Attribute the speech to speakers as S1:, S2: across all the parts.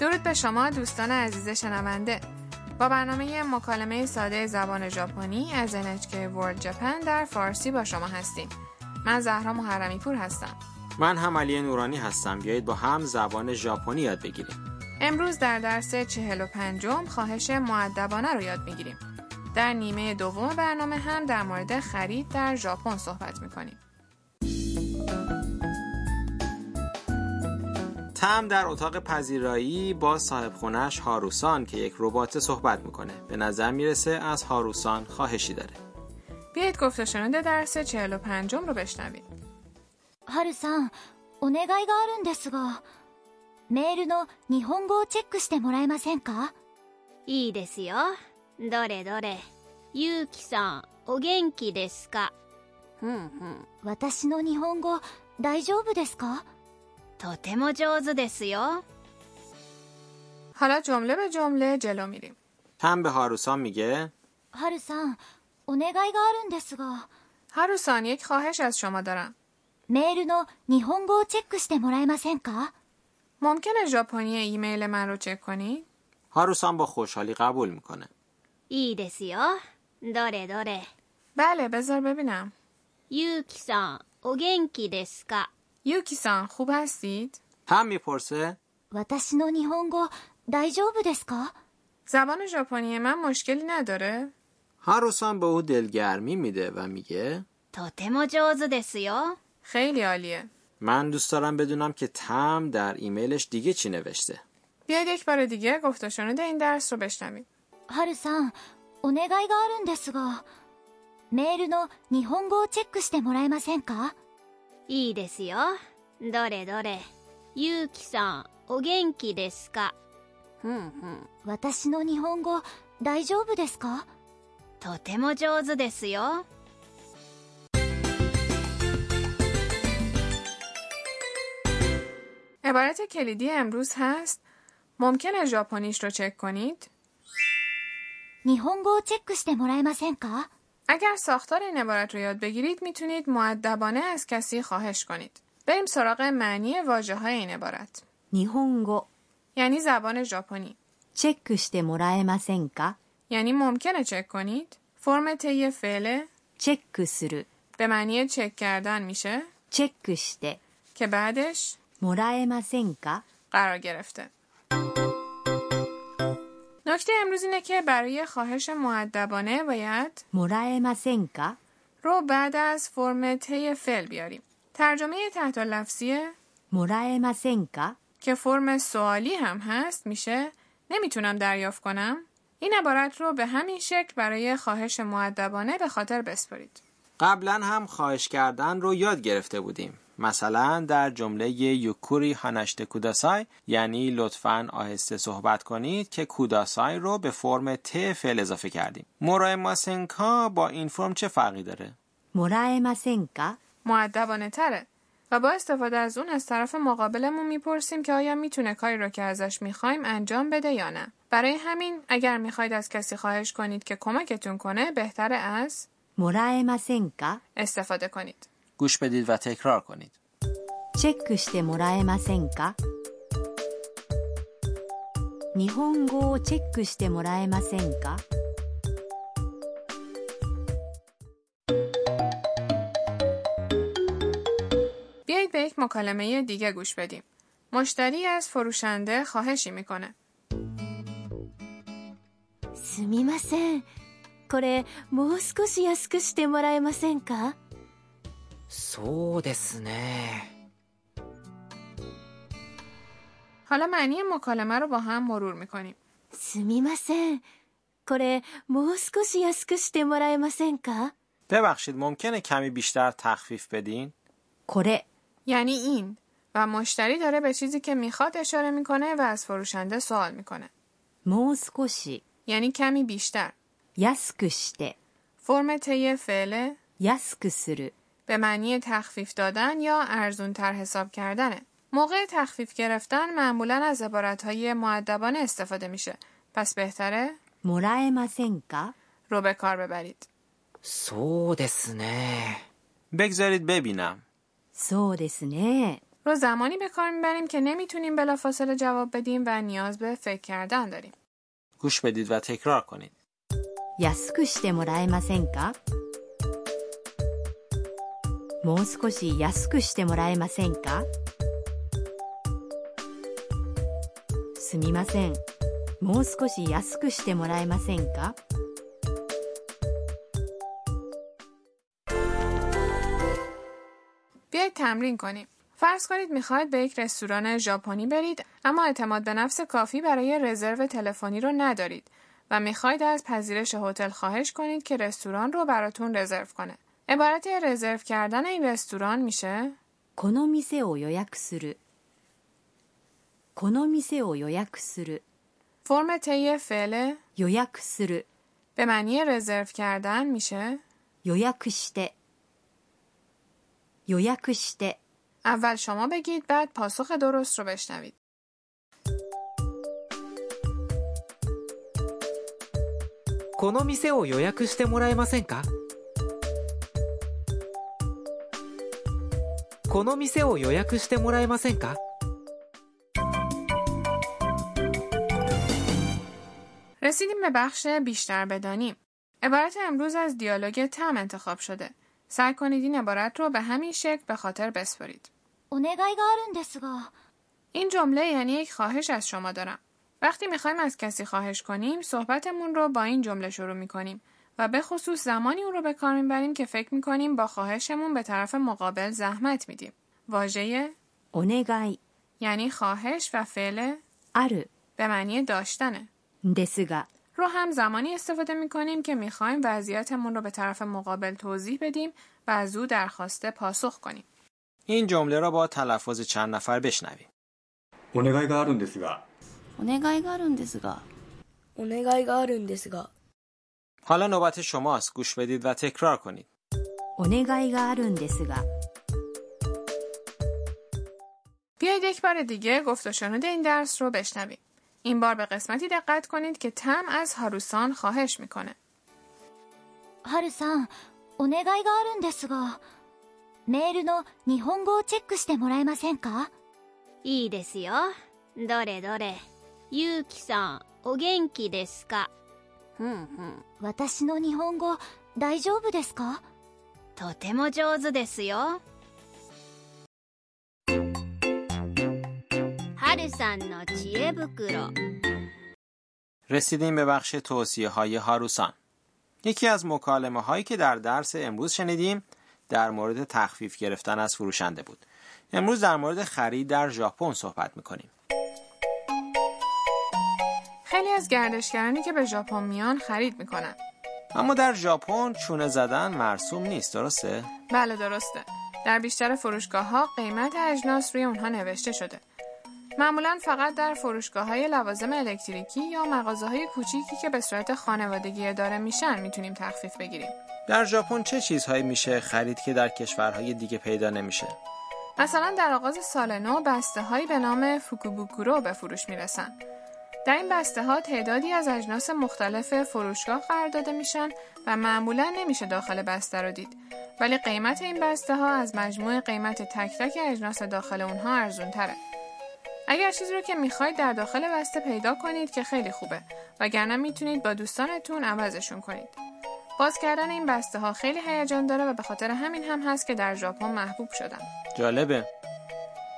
S1: درود به شما دوستان عزیز شنونده با برنامه مکالمه ساده زبان ژاپنی از NHK World Japan در فارسی با شما هستیم من زهرا محرمی پور هستم
S2: من هم علی نورانی هستم بیایید با هم زبان ژاپنی یاد بگیریم
S1: امروز در درس چهل و پنجم خواهش معدبانه رو یاد میگیریم در نیمه دوم برنامه هم در مورد خرید در ژاپن صحبت میکنیم
S2: تم در اتاق پذیرایی با صاحب خونش هاروسان که یک ربات صحبت میکنه به نظر میرسه از هاروسان خواهشی داره
S1: بیایید گفت و شنود درس چهل و پنجم رو بشنویم
S3: ハルさん、お願いがあるんですが、メールの日本語をチェックしてもらえませんか
S4: いいですよ。どれどれ。ゆうきさん、お元気ですかふんふん。
S3: 私の日本語、大丈夫ですか
S4: とても上手ですよ。
S1: حالا جمله به جمله جلو میریم
S2: تم به هاروسان میگه
S3: ハルさん、お願いがあるんですが、
S1: هاروسان یک خواهش از شما دارم
S3: メールの日本語をチェックしてもらえませんか
S1: ممکنه ژاپنی ایمیل من رو چک کنید
S2: هاروسان با خوشحالی قبول میکنه
S4: いいですよ。どれどれ。
S1: بله بذار ببینم
S4: ゆうきさん、お元気ですか
S1: یوکیسان خوب هستید
S2: تم میپرسه
S3: 私の日本語、大丈夫ですか
S1: زبان ژاپنی من مشکلی نداره
S2: هاروسان به او دلگرمی میده و میگه
S4: とても上手ですよ。
S1: خیلی عالیه
S2: من دوست دارم بدونم که تم در ایمیلش دیگه چی نوشته
S1: بیاید یک بار دیگه گفت و شنود این درس رو بشنویم
S3: ハルさん、お願いがあるんですが、メールの日本語をチェックしてもらえませんか
S4: いいですよ。どれどれ。ゆうきさん、お元気ですかふんふん。
S3: 私の日本語、大丈夫ですか
S4: とても上手ですよ。
S1: عبارت کلیدی امروز هست ممکنه ژاپنیش رو چک کنید
S3: 日本語をチェックしてもらえませんか
S1: اگر ساختار این عبارت رو یاد بگیرید میتونید معدبانه از کسی خواهش کنید بریم سراغ معنی واجه های این عبارت
S5: 日本語
S1: یعنی زبان ژاپنی
S5: チェックしてもらえませんか
S1: یعنی ممکنه چک کنید فرم طی فعله
S5: チェックする
S1: به معنی چک کردن میشه
S5: チェックして、
S1: که بعدش
S5: もらえませんか
S1: قرار گرفته نکته امروز اینه که برای خواهش معدبانه باید
S5: もらえませんか
S1: رو بعد از فرم طی فعل بیاریم ترجمه تحت لفظیه
S5: もらえませんか
S1: که فرم سوالی هم هست میشه نمیتونم دریافت کنم این عبارت رو به همین شکل برای خواهش معدبانه به خاطر بسپرید
S2: قبلا هم خواهش کردن رو یاد گرفته بودیم مثلا در جمله یوکوری هانشته کوداسای یعنی لطفا آهسته صحبت کنید که کوداسای رو به فرم ت فعل اضافه کردیم مورای ماسنکا با این فرم چه فرقی داره
S5: もらえませんか
S1: معدبانه تره و با استفاده از اون از طرف مقابلمون میپرسیم که آیا میتونه کاری رو که ازش میخوایم انجام بده یا نه برای همین اگر میخواید از کسی خواهش کنید که کمکتون کنه بهتره از
S5: もらえませんか
S1: استفاده کنید
S2: گوش بدید و تکرار کنید
S5: チェックしてもらえませんか日本語をチェックしてもらえませんか
S1: بیایید به یک مکالمه دیگه گوش بدیم. مشتری از فروشنده خواهشی میکنه.
S3: すみません。これ、もう少し安くしてもらえませんか
S6: そうですね
S1: حالا معنی مکالمه رو با هم مرور میکنیم.
S3: すみません。これ、もう少し安くしてもらえませんか
S2: ببخشید ممکنه کمی بیشتر تخفیف بدین
S5: これ
S1: یعنی این و مشتری داره به چیزی که میخواد اشاره میکنه و از فروشنده سوال میکنه.
S5: もう少し
S1: یعنی کمی بیشتر.
S5: 安くして
S1: فرم طی فعله
S5: 安くする
S1: به معنی تخفیف دادن یا ارزون تر حساب کردنه. موقع تخفیف گرفتن معمولا از عبارتهای معدبانه استفاده میشه. پس بهتره
S5: もらえませんか
S1: رو به کار ببرید.
S6: そうですね
S2: بگذارید ببینم
S5: そうですね。
S1: رو زمانی به کار میبریم که نمیتونیم بلافاصله جواب بدیم و نیاز به فکر کردن داریم.
S2: گوش بدید و تکرار کنید.
S5: 安くしてもらえませんかもう少し安くしてもらえませんかすみませんもう少し安くしてもらえませんか
S1: بیایید تمرین کنیم. فرض کنید میخواهید به یک رستوران ژاپنی برید اما اعتماد به نفس کافی برای رزرو تلفنی رو ندارید و میخواهید از پذیرش هتل خواهش کنید که رستوران رو براتون رزرو کنه. عبارت رزرو کردن این رستوران میشه
S5: この店を予約するこの店を予約する
S1: فرم طی فعل
S5: 予約する
S1: به معنی رزرو کردن میشه
S5: 予約して予約して、
S1: اول شما بگید بعد پاسخ درست رو بشنوید.
S6: この店を予約してもらえませんかこの店を予約してもらえませんか
S1: رسیدیم به بخش بیشتر بدانیم. عبارت امروز از دیالوگ تم انتخاب شده. سعی کنید این عبارت رو به همین شکل به خاطر بسپرید.
S3: お願いがあるんですが
S1: این جمله یعنی یک خواهش از شما دارم. وقتی میخوایم از کسی خواهش کنیم، صحبتمون رو با این جمله شروع میکنیم و به خصوص زمانی اون رو به کار میبریم که فکر میکنیم با خواهشمون به طرف مقابل زحمت میدیم. واژه
S5: お願い
S1: یعنی خواهش و فعل
S5: ある
S1: به معنی داشتنه.
S5: んですが
S1: رو هم زمانی استفاده می کنیم که می خواهیم وضعیتمون رو به طرف مقابل توضیح بدیم و از او درخواست پاسخ کنیم.
S2: این جمله را با تلفظ چند نفر بشنویم.
S7: お願いがあるんですが
S8: お願いがあるんですがお願いがあるんですが
S2: حالا نوبت شماست. گوش بدید و تکرار کنید.
S5: お願いがあるんですが
S1: بیایید یک بار دیگه گفت و شنود این درس رو بشنویم. این بار به قسمتی دقت کنید که تم از هاروسان خواهش میکنه.
S3: ハルさんお願いがあるんですがメールの日本語をチェックしてもらえませんか
S4: いいですよどれどれゆうきさんお元気ですかふんふん
S3: 私の日本語大丈夫ですか
S4: とても上手ですよはるさんの知恵袋
S2: رسیدیم به بخش توصیه های هاروسان. یکی از مکالمه هایی که در درس امروز شنیدیم در مورد تخفیف گرفتن از فروشنده بود. امروز در مورد خرید در ژاپن صحبت میکنیم.
S1: خیلی از گردشگرانی که به ژاپن میان خرید میکنن.
S2: اما در ژاپن چونه زدن مرسوم نیست درسته؟
S1: بله درسته. در بیشتر فروشگاه ها قیمت اجناس روی اونها نوشته شده. معمولا فقط در فروشگاه های لوازم الکتریکی یا مغازه های کوچیکی که به صورت خانوادگی اداره میشن میتونیم تخفیف بگیریم.
S2: در ژاپن چه چیزهایی میشه خرید که در کشورهای دیگه پیدا نمیشه؟
S1: مثلا در آغاز سال نو بسته هایی به نام فوکوبوکورو به فروش میرسن. در این بسته ها تعدادی از اجناس مختلف فروشگاه قرار داده میشن و معمولا نمیشه داخل بسته رو دید. ولی قیمت این بسته ها از مجموع قیمت تک تک اجناس داخل اونها ارزون تره. اگر چیزی رو که میخواید در داخل بسته پیدا کنید که خیلی خوبه وگرنه میتونید با دوستانتون عوضشون کنید. باز کردن این بسته ها خیلی هیجان داره و به خاطر همین هم هست که در ژاپن محبوب شدن.
S2: جالبه.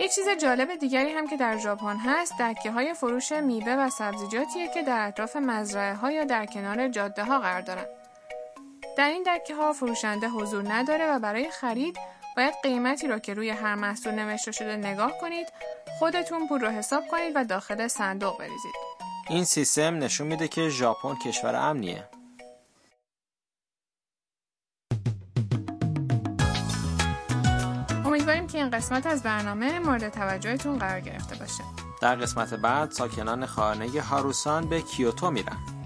S1: یک چیز جالب دیگری هم که در ژاپن هست دکه های فروش میوه و سبزیجاتیه که در اطراف مزرعه ها یا در کنار جاده ها قرار دارن. در این دکه ها فروشنده حضور نداره و برای خرید باید قیمتی رو که روی هر محصول نوشته شده نگاه کنید، خودتون پول رو حساب کنید و داخل صندوق بریزید.
S2: این سیستم نشون میده که ژاپن کشور امنیه.
S1: امیدواریم که این قسمت از برنامه مورد توجهتون قرار گرفته باشه.
S2: در قسمت بعد ساکنان خانه هاروسان به کیوتو میرن.